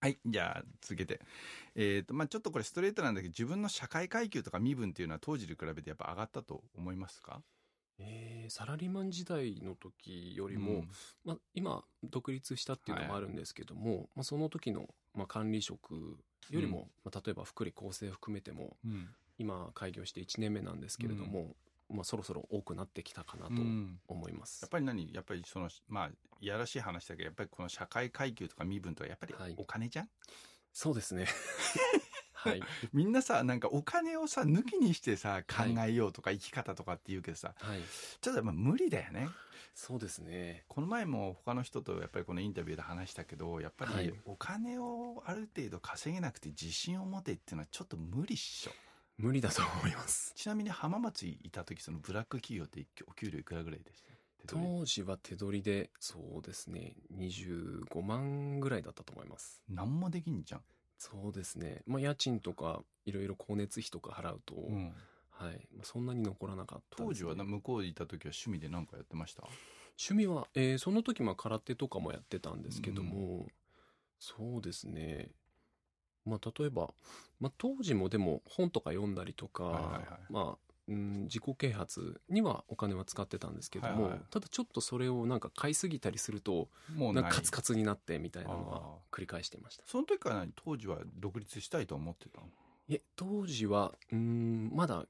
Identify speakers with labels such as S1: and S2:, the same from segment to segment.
S1: はい。じゃあ、続けて。えっ、と、まあちょっとこれストレートなんだけど、自分の社会階級とか身分っていうのは当時に比べてやっぱ上がったと思いますか
S2: えー、サラリーマン時代の時よりも、
S1: うん
S2: まあ、今独立したっていうのもあるんですけども、まあ、その時の、まあ、管理職よりも、まあ、例えば福利厚生含めても
S1: うん。
S2: 今開業して1年目なんですけれども、まあ、そろそろ多くなってきたかな
S1: う
S2: と
S1: ん
S2: 思います。
S1: やっぱり何やっぱりその、まあ、いやらしい話だけど、やっぱりこの社会階級とか身分とか、やっぱり
S2: はい
S1: お金じゃん、
S2: そうですね。はい。
S1: みんなさ、なんかお金をさ、抜きにしてさ、考えようとか生き方とかって言うけどさ、
S2: はい。
S1: ちょっとやっぱ無理だよね。
S2: そうですね。
S1: この前も他の人とやっぱりこのインタビューで話したけど、やっぱ
S2: は
S1: り
S2: い
S1: お金をある程度稼げなくて自信を持てっていうのはちょっと無理っしょ。
S2: 無理だと思います。
S1: ちなみに浜松いた時、そのブラック企業ってお給料いくらぐらいでした手取り
S2: 当時は手取りで、そうですね、25万ぐらいだったと思います。
S1: 何もできんじゃん。
S2: そうですね。まあ、家賃とか、いろいろ光熱費とか払うと、
S1: うん
S2: はい。まあ、そんなに残らなかった
S1: 当
S2: です
S1: 時
S2: ね、
S1: はな向こうにいた時は趣味で何かやってました
S2: 趣味は、えーその時、まあ、空手とかもやってたんですけども、そうですね。まあ、例えば、まあ、当時もでも本とか読んだりとか、
S1: はいはいはい
S2: まあ、うん、自己啓発にはお金は使ってたんですけども、
S1: はいはい
S2: ただちょっとそれをなんか買いすぎたりすると、
S1: もう
S2: な
S1: なんい
S2: かカツカツになってみたいなのは
S1: あ
S2: 繰り返してました。
S1: その時から何当時は独立したいと思ってたの
S2: いえ、当時は、うーん、まだ、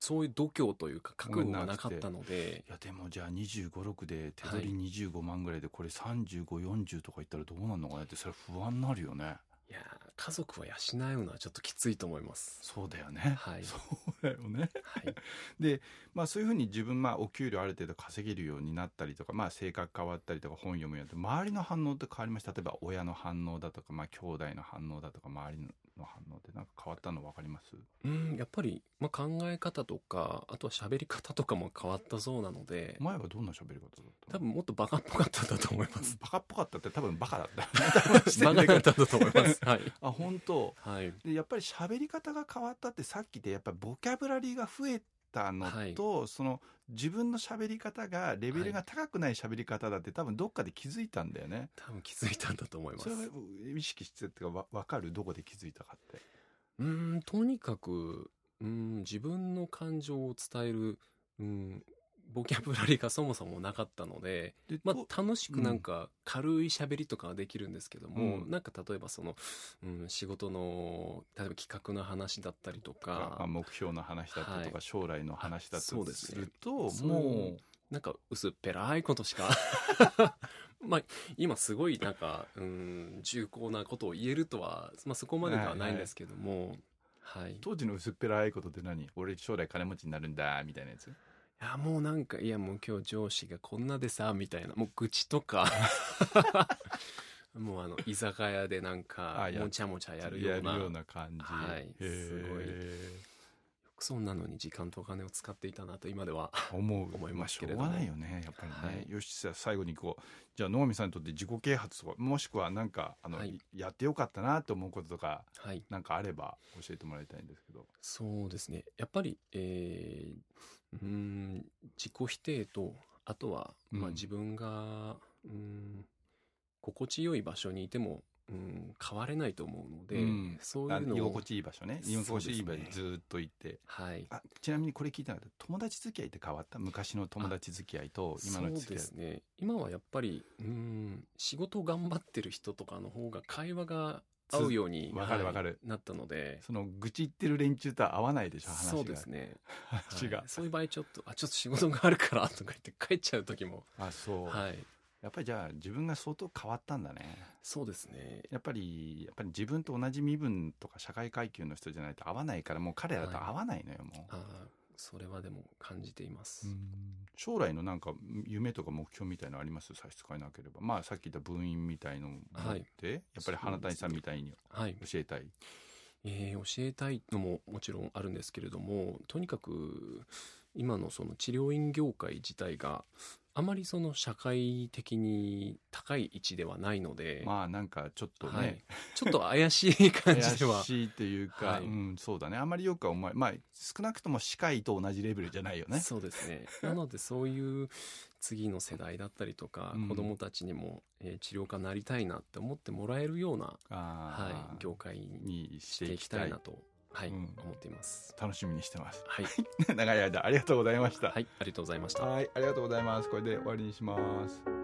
S2: そういう度胸というか覚悟がなかったので
S1: い、やでもじゃあ25、6で手取り25万ぐらいでこれ35、40とかいったらどうなるのかなってそれ不安になるよね。
S2: いやー、家族は養うのはちょっときついと思います。
S1: そうだよね。
S2: はい
S1: そうだよね。
S2: はい。
S1: で、まあそういうふうに自分まあお給料ある程度稼げるようになったりとか、まあ性格変わったりとか本読むようになって、周りの反応って変わりました。例えば親の反応だとか、まあ兄弟の反応だとか、周りの反応ってなんか変わったの分かります
S2: うん、やっぱり、まあ、考え方とか、あとは喋り方とかも変わったそうなので、
S1: 前はどんな喋り方だった
S2: 多
S1: の
S2: 分もっとバカっぽかったんだと思います。
S1: バカっぽかったって多分バカだったよね
S2: バカ
S1: 多分。
S2: だったんだと思います。はい。
S1: あ、本当
S2: はい。
S1: でやっぱり喋り方が変わったってさっきでやっぱりボキャブラリーが増えたのと、その自分の喋り方がレベルが高くない喋り方だって多分どっかで気づいたんだよね。
S2: 多分気づいたんだと思いま
S1: そ
S2: す。
S1: れは意識してっていうかわ分かるどこで気づいたかって。
S2: うん、とにかく、うん、自分の感情を伝える、うん、ボキャブラリーがそもそもなかったので、
S1: で
S2: ま
S1: と
S2: あ、楽しくなんか軽い喋りとかはできるんですけども、
S1: うん
S2: なんか例えばその、うん、仕事の、例えば企画の話だったりと
S1: まあ
S2: か、
S1: 目標の話だったと
S2: は
S1: か将来の話だっ
S2: あ
S1: た
S2: そう
S1: と
S2: です
S1: す
S2: ね
S1: ると、
S2: そう
S1: もう
S2: なんか薄っぺらいことし か、まあ、今すごいなんか、うん、重厚なことを言えるとは、まあそこまでではないんですけども、はい。
S1: 当時の薄っぺらいことって何俺将来金持ちになるんだみたいなやつ
S2: いや、もうなんか、いや、もう今日上司がこんなでさ、みたいな、もう愚痴と か、もうあの、居酒屋でなんか
S1: あ、や
S2: もちゃもちゃやるような、
S1: 感じ。
S2: はい
S1: へー
S2: そんなのに時間とお金を使っていたなと今では、
S1: 思う
S2: 思いますけれど
S1: ま
S2: も
S1: あしょうがないよねやっぱりね、
S2: はい
S1: よしじゃあ最後にこうじゃあ能見さんにとって自己啓発とかもしくはなんかあの、
S2: はい
S1: やってよかったなと思うこととか
S2: はい。
S1: なんかあれば教えてもらいたいんですけど
S2: そうですね。やっぱり、えー、うーん、自己否定と、あとは、
S1: うん
S2: まあ自分が、うーん、心地よい場所にいても、うん、変われないと思うので、
S1: うん
S2: そう
S1: あ
S2: いうの
S1: 居
S2: を
S1: 心、地いい場所ね居
S2: そう
S1: 心地
S2: ですね
S1: いい場所にずっと行って、
S2: はい。
S1: あちなみにこれ聞いたの友達付き合いって変わった昔の友達付き合いと今の
S2: そう
S1: 付き
S2: で
S1: 合い
S2: すね今はやっぱりうん仕事を頑張ってる人とかの方が会話が合うように
S1: つわかるわかる
S2: はいなったので
S1: その愚痴言ってる連中とは合わないでしょ話が
S2: そうですね、
S1: 話が、
S2: はいそういう場合ちょっとあちょっと仕事があるからとか言って帰っちゃう時も
S1: あそう、
S2: はい
S1: やっぱりじゃあ自分が相当変わったんだね
S2: そうですね
S1: やっぱり、やっぱり自分と同じ身分とか社会階級の人じゃないと合わないから、もう彼らと合わないのよ、もう。
S2: あーそれはでも感じています、
S1: うん将来のなんか夢とか目標みたいのあります差し支えなければ。まあさっき言った分院みたいのもあ
S2: はい
S1: って、やっぱり花谷さんみたいに
S2: はい
S1: 教えたい。
S2: えー教えたいのももちろんあるんですけれどもとにかく今のその治療院業界自体があまりその社会的に高い位置ではないので、
S1: まあなんかちょっとね、
S2: はいちょっと怪しい感
S1: 怪
S2: じでは
S1: しいというか、
S2: はい
S1: うん、そうだねあんまりよくは思えまあ少なくとも歯科医と同じレベルじゃないよね
S2: そうですね。なのでそういう次の世代だったりとか、
S1: うん
S2: 子どもたちにも、えー治療家になりたいなって思ってもらえるような、
S1: あ
S2: はい、
S1: ー
S2: 業界に
S1: にし
S2: して
S1: て
S2: い
S1: い
S2: き
S1: き
S2: た
S1: た
S2: い
S1: い
S2: なと、はい
S1: うん
S2: 思っています。
S1: 楽しみにしてます
S2: はい、
S1: 長い間ありがとうございました
S2: はい、ありがとうございました。
S1: はいありがとうございますこれで終わりにします